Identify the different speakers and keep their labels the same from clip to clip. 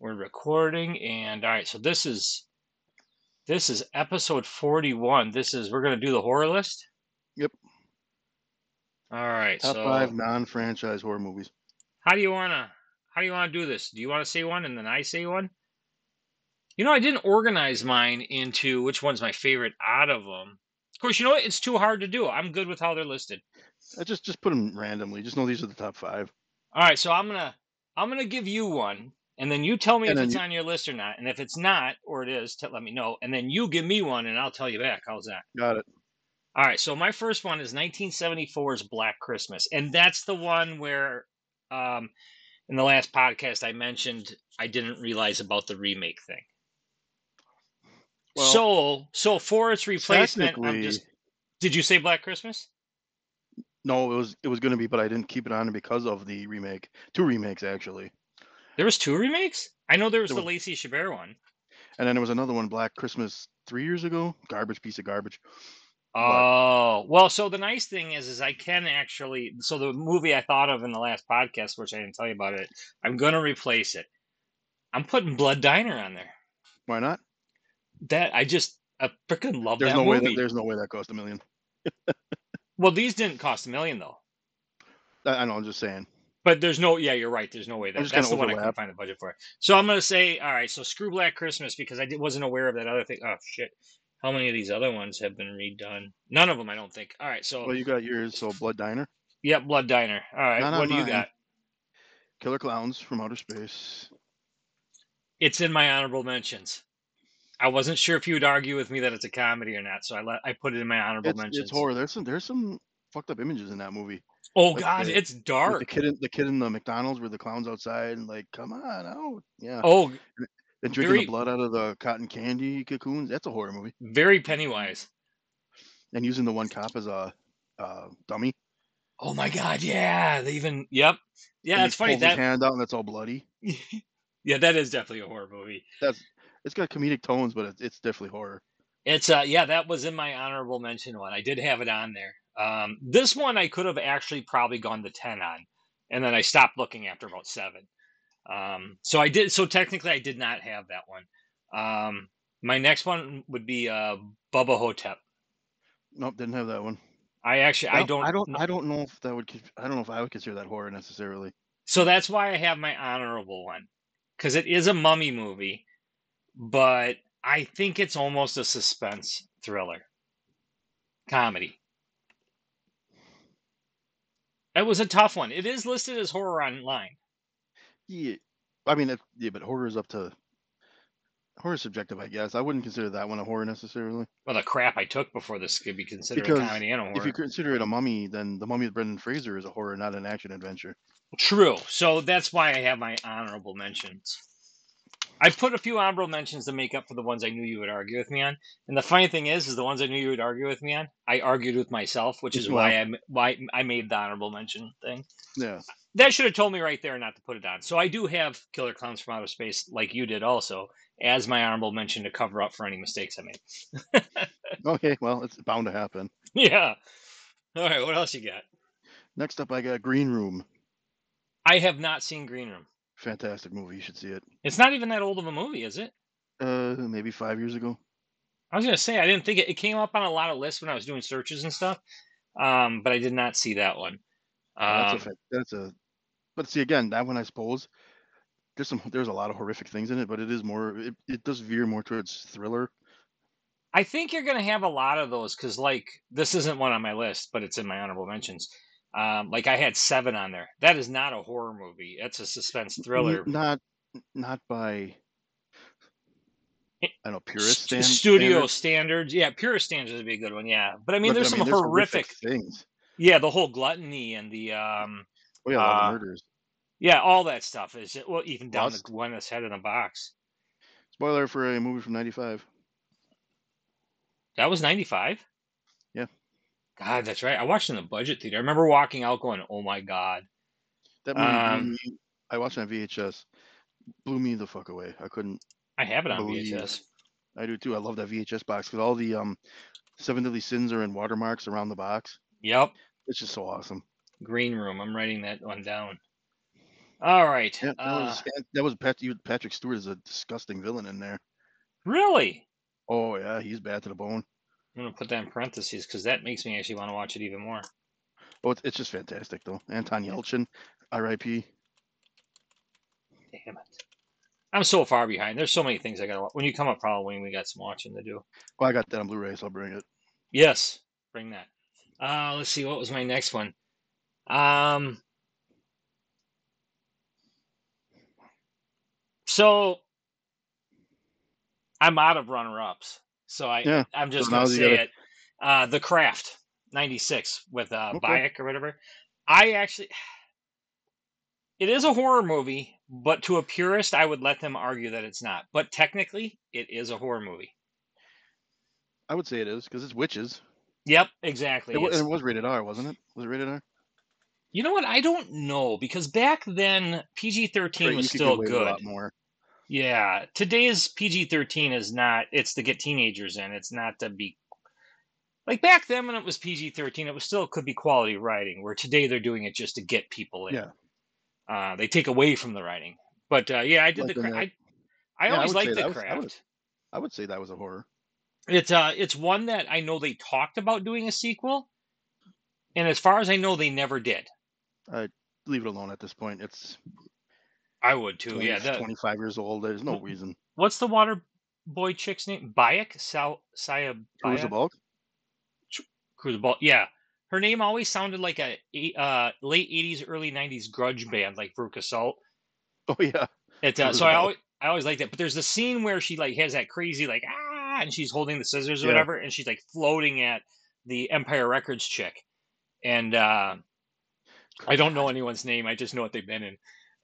Speaker 1: We're recording and all right, so this is this is episode 41. This is we're going to do the horror list.
Speaker 2: Yep.
Speaker 1: All right.
Speaker 2: Top
Speaker 1: so
Speaker 2: five non-franchise horror movies.
Speaker 1: how do you want to how do you want to do this? Do you want to say one and then I say one? You know, I didn't organize mine into which one's my favorite out of them. Of course, you know what? It's too hard to do. I'm good with how they're listed.
Speaker 2: I just just put them randomly. Just know these are the top five.
Speaker 1: All right, so I'm gonna I'm gonna give you one, and then you tell me
Speaker 2: And
Speaker 1: if
Speaker 2: then
Speaker 1: it's
Speaker 2: you-
Speaker 1: on your list or not. And if it's not, or it is, t- let me know. And then you give me one, and I'll tell you back. How's that?
Speaker 2: Got it.
Speaker 1: All right, so my first one is 1974's Black Christmas, and that's the one where, um, in the last podcast I mentioned I didn't realize about the remake thing.
Speaker 2: Well,
Speaker 1: so, so for its replacement, I'm
Speaker 2: technically,
Speaker 1: just. Did you say Black Christmas?
Speaker 2: no, it was it was going to be, but I didn't keep it on because of the remake. Two remakes actually,
Speaker 1: There was two remakes. I know there was
Speaker 2: There
Speaker 1: the
Speaker 2: was-
Speaker 1: Lacey Chabert one.
Speaker 2: and then there was another one, Black Christmas, three years ago. Garbage piece of garbage.
Speaker 1: Oh, well, so the nice thing is is I can actually so the movie I thought of in the last podcast, which I didn't tell you about it, I'm gonna replace it. I'm putting Blood Diner on there.
Speaker 2: Why not?
Speaker 1: That I just I freaking love
Speaker 2: There's
Speaker 1: that
Speaker 2: no way that
Speaker 1: movie.
Speaker 2: there's no way that cost a million.
Speaker 1: well, these didn't cost a million though.
Speaker 2: I, I know. I'm just saying.
Speaker 1: But there's no yeah, you're right. There's no way that
Speaker 2: just
Speaker 1: that's
Speaker 2: kinda
Speaker 1: the one I couldn't
Speaker 2: overlap.
Speaker 1: find the budget for. So I'm gonna say, all right, so screw Black Christmas because I did, wasn't aware of that other thing. Oh shit. How many of these other ones have been redone? None of them, I don't think. All right, so
Speaker 2: Well, you got yours. So Blood Diner,
Speaker 1: yep, Blood Diner. All right,
Speaker 2: Not on
Speaker 1: what do you
Speaker 2: mine.
Speaker 1: got?
Speaker 2: Killer Clowns from Outer Space.
Speaker 1: it's in my honorable mentions. I wasn't sure if you would argue with me that it's a comedy or not, so I let, I put it in my honorable
Speaker 2: It's,
Speaker 1: mentions.
Speaker 2: it's horror. There's some there's some fucked up images in that movie.
Speaker 1: Oh
Speaker 2: With
Speaker 1: god,
Speaker 2: the-
Speaker 1: it's
Speaker 2: With the
Speaker 1: dark.
Speaker 2: kid in the kid in the McDonald's where the clowns outside and like, come on out. Yeah.
Speaker 1: Oh,
Speaker 2: And drinking
Speaker 1: Very-
Speaker 2: the blood out of the cotton candy cocoons. That's a horror movie.
Speaker 1: very Pennywise.
Speaker 2: And using the one cop as a uh, dummy.
Speaker 1: Oh my god, yeah. They even yep. Yeah,
Speaker 2: and he
Speaker 1: that's funny.
Speaker 2: pulls his
Speaker 1: That
Speaker 2: hand out and that's all bloody.
Speaker 1: yeah, that is definitely a horror movie.
Speaker 2: That's it's got comedic tones, but it's, it's definitely horror.
Speaker 1: It's uh yeah, that was in my honorable mention one. I did have it on there. Um this one I could have actually probably gone to 10 on and then I stopped looking after about 7. Um so I did so technically I did not have that one. Um my next one would be uh Bubba Hotep.
Speaker 2: Nope, didn't have that one.
Speaker 1: I actually I
Speaker 2: That-
Speaker 1: don't
Speaker 2: I don't
Speaker 1: kn-
Speaker 2: I don't know if that would con- I don't know if I would consider that horror necessarily.
Speaker 1: So that's why I have my honorable one cuz it is a mummy movie, but I think it's almost a suspense thriller comedy. It was a tough one. It is listed as horror online.
Speaker 2: Yeah. I mean if, yeah, but horror is up to horror is subjective, I guess. I wouldn't consider that one a horror necessarily.
Speaker 1: Well, the crap I took before this could be considered a
Speaker 2: Because
Speaker 1: comedy and a
Speaker 2: If you
Speaker 1: horror.
Speaker 2: consider it a mummy, then the mummy of Brendan Fraser is a horror, not an action adventure.
Speaker 1: True. So that's why I have my honorable mentions. I put a few honorable mentions to make up for the ones I knew you would argue with me on. And the funny thing is, is the ones I knew you would argue with me on, I argued with myself, which is why I m- why I made the honorable mention thing.
Speaker 2: Yeah.
Speaker 1: That should have told me right there not to put it on. So I do have Killer Clowns from Outer Space, like you did also, as my honorable mention to cover up for any mistakes I made.
Speaker 2: Okay, well, it's bound to happen.
Speaker 1: Yeah. All right. What else you got?
Speaker 2: Next up, I got Green Room.
Speaker 1: I have not seen Green Room.
Speaker 2: Fantastic movie. You should see it.
Speaker 1: It's not even that old of a movie, is it?
Speaker 2: Uh, maybe five years ago.
Speaker 1: I was gonna say I didn't think it, it came up on a lot of lists when I was doing searches and stuff, um, but I did not see that one.
Speaker 2: Oh, that's
Speaker 1: Um,
Speaker 2: a fact. That's a. But see, again, that one I suppose there's some there's a lot of horrific things in it, but it is more it, it does veer more towards thriller.
Speaker 1: I think you're gonna have a lot of those because like this isn't one on my list, but it's in my honorable mentions. Um, like I had seven on there. That is not a horror movie. That's a suspense
Speaker 2: N-
Speaker 1: thriller.
Speaker 2: Not not by.
Speaker 1: Eh,
Speaker 2: I don't know purist
Speaker 1: S-
Speaker 2: stand,
Speaker 1: studio
Speaker 2: standards,
Speaker 1: standards, yeah, pure standards would be a good one, yeah. But I mean,
Speaker 2: but
Speaker 1: there's some horrific,
Speaker 2: things.
Speaker 1: yeah, the whole gluttony and the um,
Speaker 2: Oh yeah, a lot of
Speaker 1: Uh,
Speaker 2: murders.
Speaker 1: Yeah, all that stuff is well, even down to
Speaker 2: Lust.
Speaker 1: one that's head in a box.
Speaker 2: Spoiler for a movie from '95.
Speaker 1: That was ninety five.
Speaker 2: Yeah.
Speaker 1: God, that's right. I watched it in the budget theater. I remember walking out going, "Oh my god!"
Speaker 2: That movie. blew
Speaker 1: Um,
Speaker 2: me- I watched it on VHS. Blew me the fuck away. I couldn't.
Speaker 1: I have it on
Speaker 2: Believe.
Speaker 1: VHS.
Speaker 2: I do too. I love that VHS box because all the um seven deadly sins are in watermarks around the box.
Speaker 1: Yep,
Speaker 2: It's just so awesome.
Speaker 1: Green Room. I'm writing that one down. All right.
Speaker 2: Yeah, that
Speaker 1: uh,
Speaker 2: was that was Pat, you- Patrick Stewart is a disgusting villain in there.
Speaker 1: really?
Speaker 2: Oh yeah, he's bad to the bone.
Speaker 1: I'm gonna put that in parentheses because that makes me actually want to watch it even more.
Speaker 2: Oh, it's, it's just fantastic though. Anton Yelchin, R.I.P.
Speaker 1: Damn it. I'm so far behind. There's so many things I gotta watch. When you come up for Halloween, we got some watching to do.
Speaker 2: Well, Oh, I got that on Blu-ray, so I'll bring it.
Speaker 1: Yes, bring that. Uh, let's see, what was my next one? Um, so I'm out of runner-ups, so I
Speaker 2: Yeah,
Speaker 1: I'm just
Speaker 2: so now
Speaker 1: gonna
Speaker 2: you
Speaker 1: say
Speaker 2: gotta-
Speaker 1: it. Uh, The Craft '96 with uh,
Speaker 2: Okay.
Speaker 1: Bayek or whatever. I actually, it is a horror movie, but to a purist, I would let them argue that it's not. But technically, it is a horror movie.
Speaker 2: I would say it is because it's witches.
Speaker 1: Yep, exactly.
Speaker 2: It, wa-
Speaker 1: It's-
Speaker 2: it was rated R, wasn't it? Was it rated R?
Speaker 1: You know what? I don't know because back then PG
Speaker 2: Right,
Speaker 1: thirteen was
Speaker 2: you could get
Speaker 1: still
Speaker 2: away with
Speaker 1: good.
Speaker 2: A lot more.
Speaker 1: Yeah, today's PG thirteen is not. It's to get teenagers in. It's not to be like back then when it was PG thirteen. It was still could be quality writing. Where today they're doing it just to get people in.
Speaker 2: Yeah.
Speaker 1: Uh, they take away from the writing. But uh, yeah, I did
Speaker 2: Like
Speaker 1: the. Cra-
Speaker 2: in that-
Speaker 1: I I
Speaker 2: Yeah, I
Speaker 1: always
Speaker 2: would
Speaker 1: liked
Speaker 2: say
Speaker 1: the
Speaker 2: that was- I
Speaker 1: craft.
Speaker 2: would- I would say that was a horror.
Speaker 1: It's uh, it's one that I know they talked about doing a sequel, and as far as I know, they never did.
Speaker 2: Leave it alone at this point. It's
Speaker 1: I would too.
Speaker 2: 20,
Speaker 1: Yeah, that,
Speaker 2: 25 years old. There's no
Speaker 1: Who-
Speaker 2: reason.
Speaker 1: What's the water boy chick's name? Bayek? Sal Saya
Speaker 2: Who's
Speaker 1: Bayek?
Speaker 2: about?
Speaker 1: Cruzabal. Yeah. Her name always sounded like a eight- uh, late 80s, early 90s grudge band, like Veruca Salt.
Speaker 2: Oh yeah,
Speaker 1: It, uh, so I
Speaker 2: Cruzabal.
Speaker 1: always, I always like that. But there's the scene where she like has that crazy like ah, and she's holding the scissors or
Speaker 2: Yeah.
Speaker 1: whatever, and she's like floating at the Empire Records chick. And uh, I don't know anyone's name. I just know what they've been in.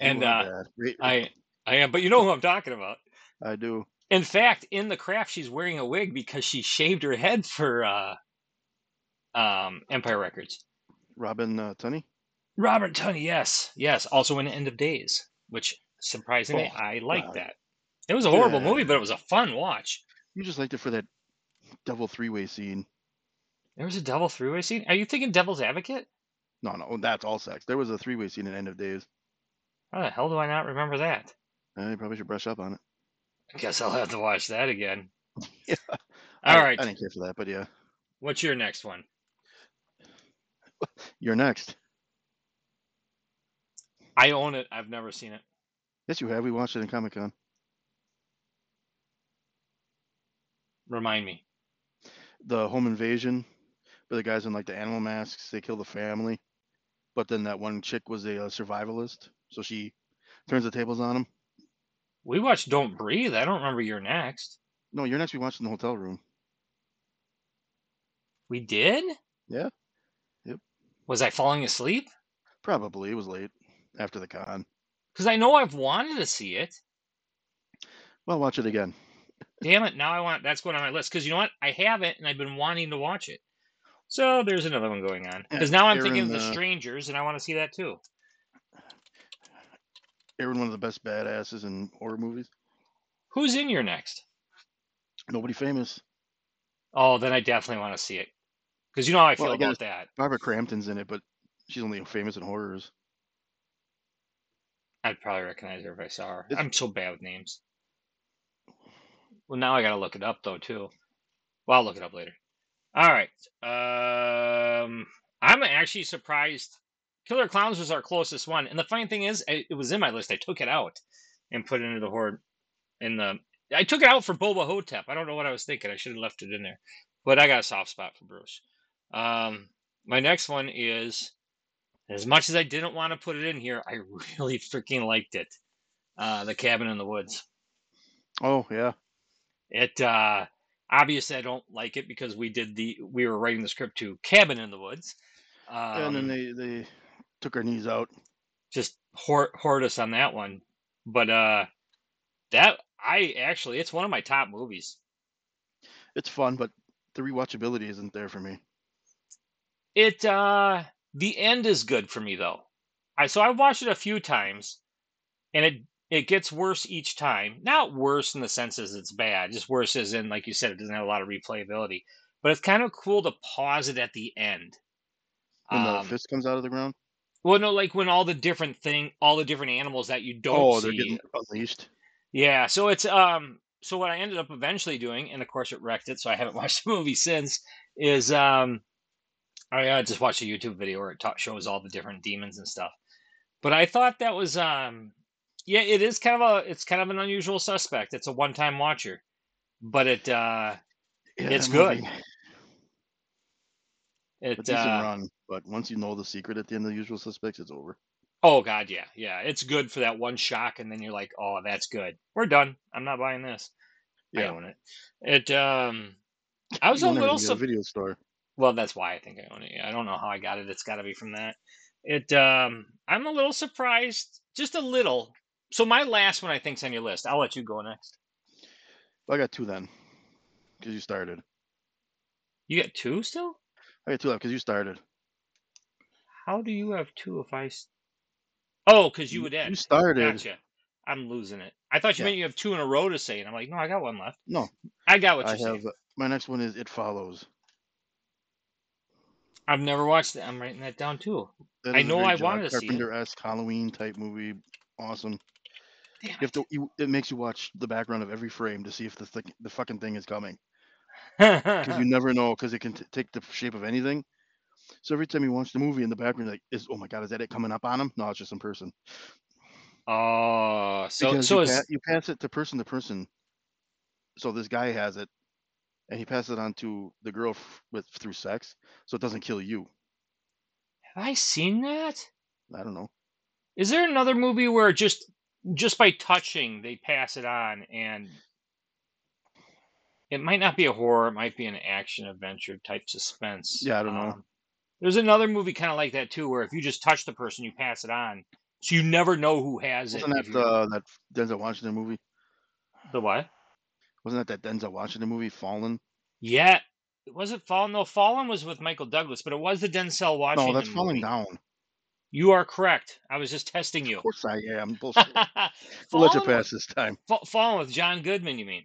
Speaker 2: You
Speaker 1: And
Speaker 2: are
Speaker 1: uh,
Speaker 2: bad. Great-
Speaker 1: I, I am. But you know who I'm talking about.
Speaker 2: I do.
Speaker 1: In fact, in the craft, she's wearing a wig because she shaved her head for uh, um, Empire Records.
Speaker 2: Robin uh, Tunney.
Speaker 1: Robert Tunney, yes, yes. Also in End of Days, which surprisingly,
Speaker 2: Oh,
Speaker 1: I liked
Speaker 2: God.
Speaker 1: that. It was a horrible
Speaker 2: Yeah.
Speaker 1: movie, but it was a fun watch.
Speaker 2: You just liked it for that double three-way scene.
Speaker 1: There was a double three-way scene. Are you thinking Devil's Advocate?
Speaker 2: No, no, that's all sex. There was a three-way scene in End of Days.
Speaker 1: How the hell do I not remember that?
Speaker 2: I probably should brush up on it.
Speaker 1: I guess I'll have to watch that again.
Speaker 2: Yeah.
Speaker 1: All
Speaker 2: I-
Speaker 1: right.
Speaker 2: I didn't care for that, but yeah,
Speaker 1: What's your next one?
Speaker 2: you're next.
Speaker 1: I own it. I've never seen it.
Speaker 2: Yes, you have. We watched it in Comic Con.
Speaker 1: Remind me.
Speaker 2: The home invasion, where the guys in like the animal masks, they kill the family. But then that one chick was a uh, survivalist, so she turns the tables on them.
Speaker 1: We watched Don't Breathe. I don't remember your next.
Speaker 2: No, you're next. We watched in the hotel room.
Speaker 1: We did?
Speaker 2: Yeah,
Speaker 1: Was I falling asleep?
Speaker 2: probably it was late after the con.
Speaker 1: Because I know I've wanted to see it.
Speaker 2: Well, watch it again.
Speaker 1: Damn it, now I want that's going on my list. Because you know what? I have it and I've been wanting to watch it. So there's another one going on. Because now I'm thinking of
Speaker 2: Aaron,
Speaker 1: The
Speaker 2: uh,
Speaker 1: Strangers and I want to see that too.
Speaker 2: Aaron, one of the best badasses in horror movies.
Speaker 1: Who's in your next?
Speaker 2: Nobody famous.
Speaker 1: Oh, then I definitely want to see it. Because you know how I feel
Speaker 2: Well, I
Speaker 1: about that.
Speaker 2: Barbara Crampton's in it, but she's only famous in horrors.
Speaker 1: I'd probably recognize her if I saw her.
Speaker 2: It's-
Speaker 1: I'm so bad with names. Well, now I gotta look it up though too. Well, I'll look it up later. All right. Um, I'm actually surprised. Killer Clowns was our closest one, and the funny thing is, I- it was in my list. I took it out and put it into the horde. In the, I took it out for Boba Hotep. I don't know what I was thinking. I should have left it in there, but I got a soft spot for Bruce. Um, my next one is, as much as I didn't want to put it in here, I really freaking liked it. Uh, the Cabin in the Woods.
Speaker 2: Oh yeah,
Speaker 1: It uh obviously I don't like it because we did the we were writing the script to Cabin in the Woods.
Speaker 2: and then
Speaker 1: Um,
Speaker 2: they they took her knees out.
Speaker 1: just hoard, hoard us on that one. But uh that I actually it's one of my top movies.
Speaker 2: It's fun, but the rewatchability isn't there for me.
Speaker 1: It uh the end is good for me though. I so I've watched it a few times and it it gets worse each time. Not worse in the sense as it's bad, just worse as in like you said it doesn't have a lot of replayability. But it's kind of cool to pause it at the end.
Speaker 2: When the
Speaker 1: Um,
Speaker 2: fist comes out of the ground.
Speaker 1: Well, no, like when all the different thing, all the different animals that you don't
Speaker 2: Oh,
Speaker 1: see.
Speaker 2: they're getting unleashed.
Speaker 1: Yeah, so it's um so what I ended up eventually doing, and of course it wrecked it, so I haven't watched the movie since, is um I uh, just watched a YouTube video where it ta shows all the different demons and stuff. But I thought that was um yeah, it is kind of a it's kind of an unusual suspect. It's a one-time watcher, but it uh
Speaker 2: Yeah,
Speaker 1: It's
Speaker 2: that movie,
Speaker 1: good.
Speaker 2: A
Speaker 1: it
Speaker 2: decent
Speaker 1: uh
Speaker 2: run, but once you know the secret at the end of the usual suspects, it's over.
Speaker 1: oh God, yeah, yeah, it's good for that one shock, and then you're like, oh, that's good. We're done. I'm not buying this. I
Speaker 2: Yeah.
Speaker 1: own it. It um I was
Speaker 2: You
Speaker 1: a
Speaker 2: own
Speaker 1: little
Speaker 2: everything at a
Speaker 1: surprised.
Speaker 2: video store.
Speaker 1: Well, that's why I think I own it. Yeah, I don't know how I got it. It's got to be from that. It. Um, I'm a little surprised, just a little. So my last one I think's on your list. I'll let you go next.
Speaker 2: I got two then, because you started.
Speaker 1: You got two still?
Speaker 2: I got two left because you started.
Speaker 1: How do you have two if I? s- Oh, because you
Speaker 2: You
Speaker 1: would
Speaker 2: you
Speaker 1: end.
Speaker 2: started.
Speaker 1: Gotcha. I'm losing it. I thought you
Speaker 2: Yeah.
Speaker 1: meant you have two in a row to say, and I'm like, no, I got one left.
Speaker 2: No,
Speaker 1: I got what
Speaker 2: I
Speaker 1: you're saying.
Speaker 2: have uh, my next one is It Follows.
Speaker 1: I've never watched it. I'm writing that down too.
Speaker 2: That
Speaker 1: I
Speaker 2: is a
Speaker 1: know
Speaker 2: very
Speaker 1: I
Speaker 2: John
Speaker 1: wanted to see it.
Speaker 2: Carpenter-esque Halloween type movie. Awesome.
Speaker 1: Damn
Speaker 2: You have to. You, it makes you watch the background of every frame to see if the thick the fucking thing is coming, because you
Speaker 1: it.
Speaker 2: never know, because it can t- take the shape of anything. So every time you watch the movie in the background, you're like, is oh my god, is that it coming up on him? No, it's just in person.
Speaker 1: Oh, so
Speaker 2: Because you
Speaker 1: so
Speaker 2: pass
Speaker 1: is
Speaker 2: you pass it to person to person. So this guy has it, and he passes it on to the girl f- with through sex, so it doesn't kill you.
Speaker 1: have I seen that?
Speaker 2: I don't know.
Speaker 1: Is there another movie where just just by touching they pass it on and it might not be a horror, it might be an action adventure type suspense.
Speaker 2: Yeah, I don't know.
Speaker 1: Um, there's another movie kind of like that too, where if you just touch the person, you pass it on, so you never know who has it.
Speaker 2: Wasn't
Speaker 1: If
Speaker 2: that
Speaker 1: you
Speaker 2: uh, that Denzel Washington movie?
Speaker 1: the what?
Speaker 2: Wasn't that that Denzel Washington movie, Fallen?
Speaker 1: Yeah, it wasn't Fallen. No, Fallen was with Michael Douglas, but it was the Denzel
Speaker 2: No, that's
Speaker 1: Washington
Speaker 2: Falling
Speaker 1: movie.
Speaker 2: Down.
Speaker 1: You are correct. I was just testing
Speaker 2: Of
Speaker 1: you.
Speaker 2: course I am. Bullshit. We'll let
Speaker 1: Fallen
Speaker 2: you
Speaker 1: with
Speaker 2: pass this time.
Speaker 1: Fa- Fallen with John Goodman. You mean?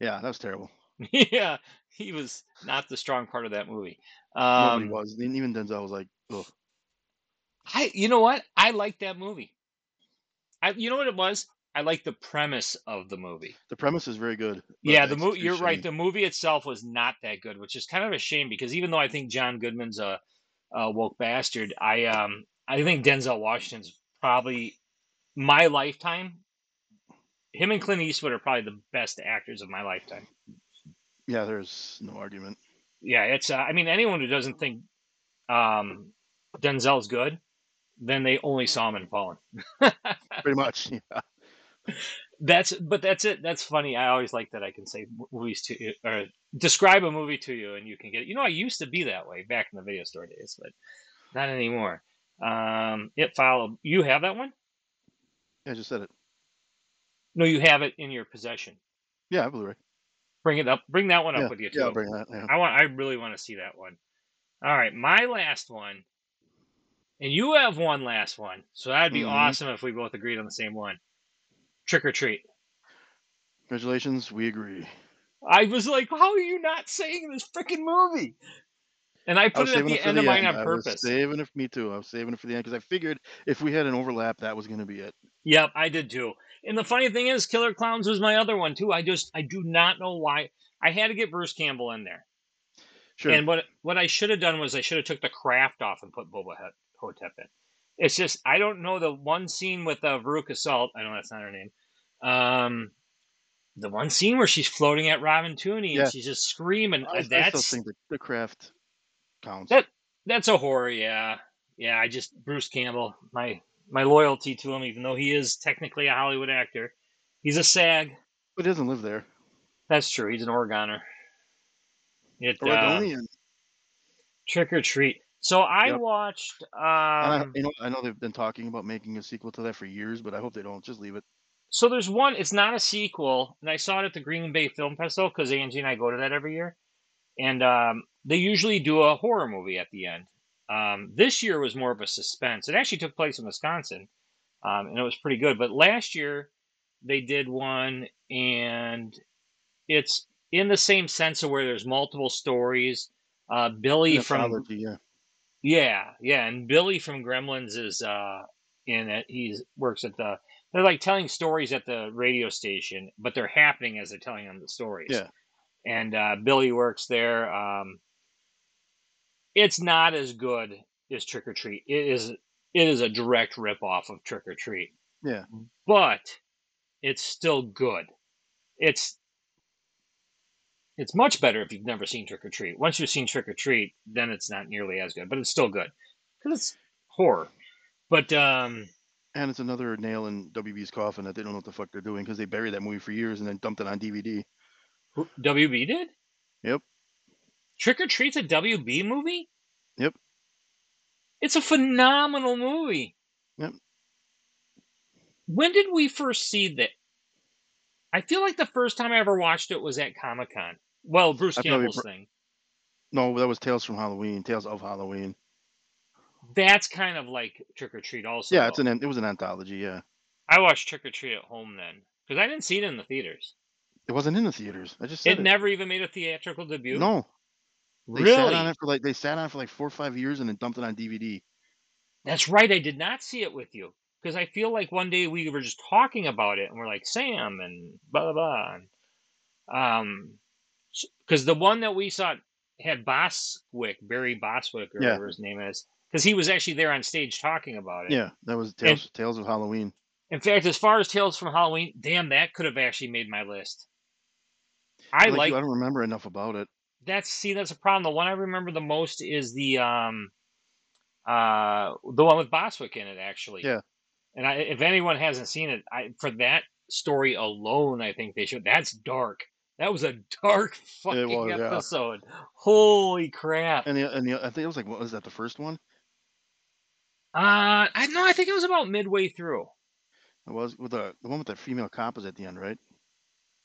Speaker 2: Yeah, that was terrible.
Speaker 1: Yeah, he was not the strong part of that movie.
Speaker 2: Nobody
Speaker 1: Um,
Speaker 2: was. and Even Denzel was like, ugh.
Speaker 1: I, you know what? I liked that movie. I, you know what it was? I liked the premise of the movie.
Speaker 2: The premise is very good, but
Speaker 1: Yeah,
Speaker 2: the
Speaker 1: the movie. You're right.
Speaker 2: execution.
Speaker 1: The movie itself was not that good, which is kind of a shame because even though I think John Goodman's a, a woke bastard, I um, I think Denzel Washington's probably my lifetime. Him and Clint Eastwood are probably the best actors of my lifetime.
Speaker 2: Yeah, there's no argument.
Speaker 1: Yeah, it's. Uh, I mean, anyone who doesn't think um, Denzel's good, then they only saw him in Fallen.
Speaker 2: Pretty much. Yeah.
Speaker 1: That's but that's it. That's funny. I always like that I can say mo- movies to you or describe a movie to you and you can get it. You know, I used to be that way back in the video store days, but not anymore. Um, it followed. You have that one?
Speaker 2: I just said it.
Speaker 1: No, you have it in your possession.
Speaker 2: Yeah, Blu-ray.
Speaker 1: Bring it up. Bring that one up
Speaker 2: Yeah,
Speaker 1: with you
Speaker 2: yeah, I'll
Speaker 1: too.
Speaker 2: bring that. Yeah.
Speaker 1: I want. I really want to see that one. All right, my last one, and you have one last one. So that'd be
Speaker 2: hmm
Speaker 1: awesome if we both agreed on the same one. Trick or treat.
Speaker 2: Congratulations, we agree.
Speaker 1: I was like, how are you not saying this freaking movie? And I
Speaker 2: I
Speaker 1: put
Speaker 2: was
Speaker 1: it at
Speaker 2: saving
Speaker 1: the
Speaker 2: it for
Speaker 1: end of
Speaker 2: the
Speaker 1: mine
Speaker 2: end.
Speaker 1: on
Speaker 2: I was
Speaker 1: purpose.
Speaker 2: saving it. Me too. I was saving it for the end because I figured if we had an overlap, that was going to be it.
Speaker 1: Yep, I did too. And the funny thing is, Killer Clowns was my other one too. I just I do not know why I had to get Bruce Campbell in there.
Speaker 2: Sure.
Speaker 1: And what what I should have done was I should have took the craft off and put Boba Hot- Hotep in. It's just I don't know the one scene with uh, Veruca Salt. I know that's not her name. Um, the one scene where she's floating at Robin Tooney and
Speaker 2: Yeah,
Speaker 1: she's just screaming.
Speaker 2: I,
Speaker 1: uh,
Speaker 2: s- I still
Speaker 1: That's
Speaker 2: think the, the craft counts.
Speaker 1: That that's a horror, yeah. Yeah, I just Bruce Campbell, my my loyalty to him, even though he is technically a Hollywood actor. He's a SAG.
Speaker 2: But he doesn't live there.
Speaker 1: That's true, he's an Oregoner. It uh
Speaker 2: Oregonian.
Speaker 1: trick or treat. So I
Speaker 2: Yep.
Speaker 1: watched
Speaker 2: And I,
Speaker 1: um
Speaker 2: you know, I know they've been talking about making a sequel to that for years, but I hope they don't. Just leave it.
Speaker 1: so there's one it's not a sequel, and I saw it at the Green Bay Film Festival because Angie and I go to that every year. And um they usually do a horror movie at the end. Um, this year was more of a suspense. It actually took place in Wisconsin. um, and it was pretty good. But last year they did one, and it's in the same sense of where there's multiple stories. Uh, Billy
Speaker 2: An
Speaker 1: from
Speaker 2: anthology, yeah.
Speaker 1: Yeah, yeah, and Billy from Gremlins is uh in it. He works at the. They're like telling stories at the radio station, but they're happening as they're telling them the stories.
Speaker 2: Yeah.
Speaker 1: And uh, Billy works there. Um, it's not as good as Trick or Treat. It is. It is a direct rip off of Trick or Treat.
Speaker 2: Yeah.
Speaker 1: But it's still good. It's. It's much better if you've never seen Trick or Treat. Once you've seen Trick or Treat, then it's not nearly as good, but it's still good because it's horror. But um,
Speaker 2: And it's another nail in WB's coffin that they don't know what the fuck they're doing because they buried that movie for years and then dumped it on DVD.
Speaker 1: who- WB did?
Speaker 2: Yep.
Speaker 1: Trick or Treat's a WB movie?
Speaker 2: Yep.
Speaker 1: It's a phenomenal movie.
Speaker 2: Yep.
Speaker 1: When did we first see that? I feel like the first time I ever watched it was at Comic Con. Well, Bruce
Speaker 2: I probably
Speaker 1: Campbell's
Speaker 2: br-
Speaker 1: thing.
Speaker 2: No, that was Tales from Halloween, Tales of Halloween.
Speaker 1: That's kind of like Trick or Treat, also.
Speaker 2: Yeah, it's an an it was an anthology. Yeah,
Speaker 1: I watched Trick or Treat at home then because I didn't see it in the theaters.
Speaker 2: it wasn't in the theaters. I just said
Speaker 1: It
Speaker 2: it.
Speaker 1: never even made a theatrical debut.
Speaker 2: No, they
Speaker 1: really?
Speaker 2: sat on it for like they sat on it for like four or five years and then dumped it on DVD.
Speaker 1: That's right. I did not see it with you because I feel like one day we were just talking about it and we're like Sam and blah blah blah. And, um, because the one that we saw had Boswick, Barry Boswick or
Speaker 2: Yeah.
Speaker 1: whatever his name is, because he was actually there on stage talking about it.
Speaker 2: Yeah, that was Tales Tales of Halloween.
Speaker 1: In fact, as far as Tales from Halloween, damn, that could have actually made my list. I
Speaker 2: you,
Speaker 1: like
Speaker 2: I don't remember enough about it.
Speaker 1: that's see that's a problem. The one I remember the most is the um uh the one with Boswick in it actually.
Speaker 2: Yeah.
Speaker 1: And I, if anyone hasn't seen it, I for that story alone, I think they should. That's dark. That was a dark fucking
Speaker 2: was, yeah.
Speaker 1: episode. Holy crap!
Speaker 2: And the and the I think it was like what was that the first one?
Speaker 1: Uh, I no, I think it was about midway through.
Speaker 2: It was with the the one with the female cop was at the end, right?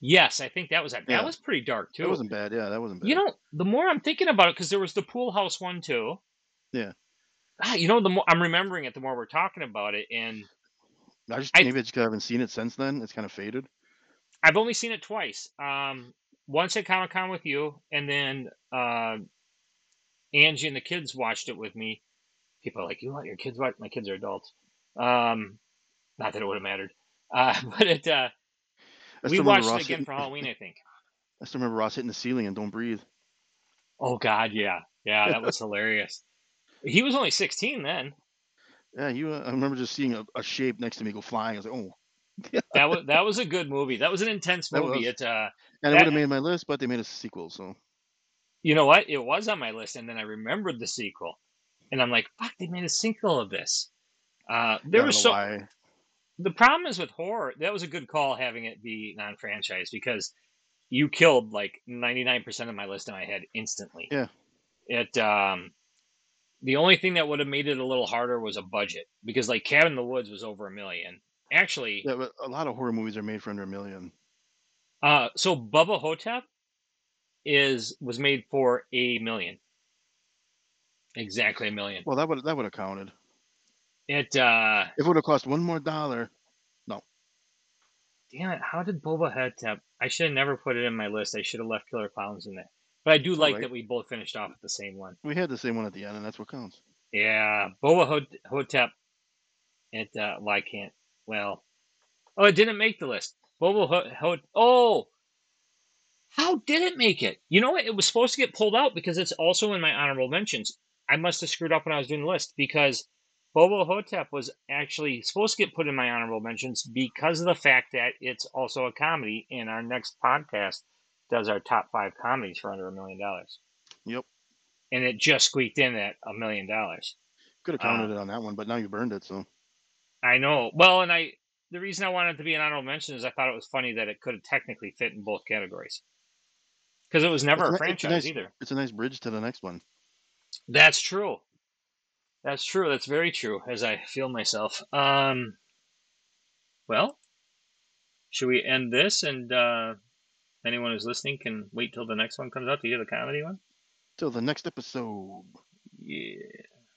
Speaker 1: Yes, I think that was that. That
Speaker 2: Yeah.
Speaker 1: was pretty dark too.
Speaker 2: That wasn't bad. Yeah, that wasn't bad.
Speaker 1: You know, the more I'm thinking about it, because there was the pool house one too.
Speaker 2: Yeah.
Speaker 1: Ah, you know, the more I'm remembering it, the more we're talking about it, and
Speaker 2: I just
Speaker 1: I-
Speaker 2: maybe I just haven't seen it since then. It's kind of faded.
Speaker 1: I've only seen it twice. Um, once at Comic Con with you, and then uh, Angie and the kids watched it with me. People are like, "You let your kids watch?" My kids are adults. Um, not that it would have mattered, uh, but it. Uh,
Speaker 2: I
Speaker 1: we
Speaker 2: still remember
Speaker 1: watched it
Speaker 2: Ross
Speaker 1: again
Speaker 2: hitting-
Speaker 1: for Halloween, I think.
Speaker 2: I still remember Ross hitting the ceiling and don't breathe.
Speaker 1: Oh God, yeah, yeah, that was hilarious. He was only 16 then.
Speaker 2: Yeah, you. uh, I remember just seeing a, a shape next to me go flying. I was like, oh,
Speaker 1: That was that was a good movie. That was an intense
Speaker 2: That
Speaker 1: movie.
Speaker 2: was.
Speaker 1: It uh, That-
Speaker 2: and it would have made my list, but they made a sequel. So
Speaker 1: you know what? It was on my list, and then I remembered the sequel, and I'm like, "Fuck! They made a sequel of this." Uh,
Speaker 2: I
Speaker 1: there
Speaker 2: don't
Speaker 1: was so
Speaker 2: know why.
Speaker 1: the problem is with horror. That was a good call having it be non-franchise because you killed like 99% of my list in my head instantly.
Speaker 2: Yeah.
Speaker 1: It um, the only thing that would have made it a little harder was a budget because like Cabin in the Woods was over a million. Actually,
Speaker 2: Yeah, but a lot of horror movies are made for under a million.
Speaker 1: Uh, so Bubba Hotep is was made for a million, exactly a million.
Speaker 2: Well, that would that would have counted.
Speaker 1: It uh,
Speaker 2: If it would have cost one more dollar,
Speaker 1: damn it, how did Bubba Hotep? I should have never put it in my list. I should have left Killer Clowns in there. But I do like
Speaker 2: Alright.
Speaker 1: that we both finished off with the same one.
Speaker 2: we had the same one at the end, and that's what counts.
Speaker 1: Yeah, Bubba Hot- Hotep. It uh, well, I can't. Well, oh, it didn't make the list. Bubba Hot. Hot- oh. How did it make it? You know what? It was supposed to get pulled out because it's also in my honorable mentions. I must have screwed up when I was doing the list because Bobo Hotep was actually supposed to get put in my honorable mentions because of the fact that it's also a comedy, and our next podcast does our top five comedies for under a million dollars.
Speaker 2: Yep.
Speaker 1: And it just squeaked in at a million dollars.
Speaker 2: Could have
Speaker 1: Ah.
Speaker 2: counted it on that one, but now you burned it. So
Speaker 1: I know. Well, and I the reason I wanted it to be an honorable mention is I thought it was funny that it could have technically fit in both categories because it was never
Speaker 2: It's
Speaker 1: a
Speaker 2: ni- it's
Speaker 1: franchise
Speaker 2: nice-
Speaker 1: either.
Speaker 2: it's a nice bridge to the next one.
Speaker 1: That's true. That's true. That's very true. As I feel myself. Um. Well, should we end this? And uh, anyone who's listening can wait till the next one comes out to hear the comedy one.
Speaker 2: Till the next episode.
Speaker 1: Yeah.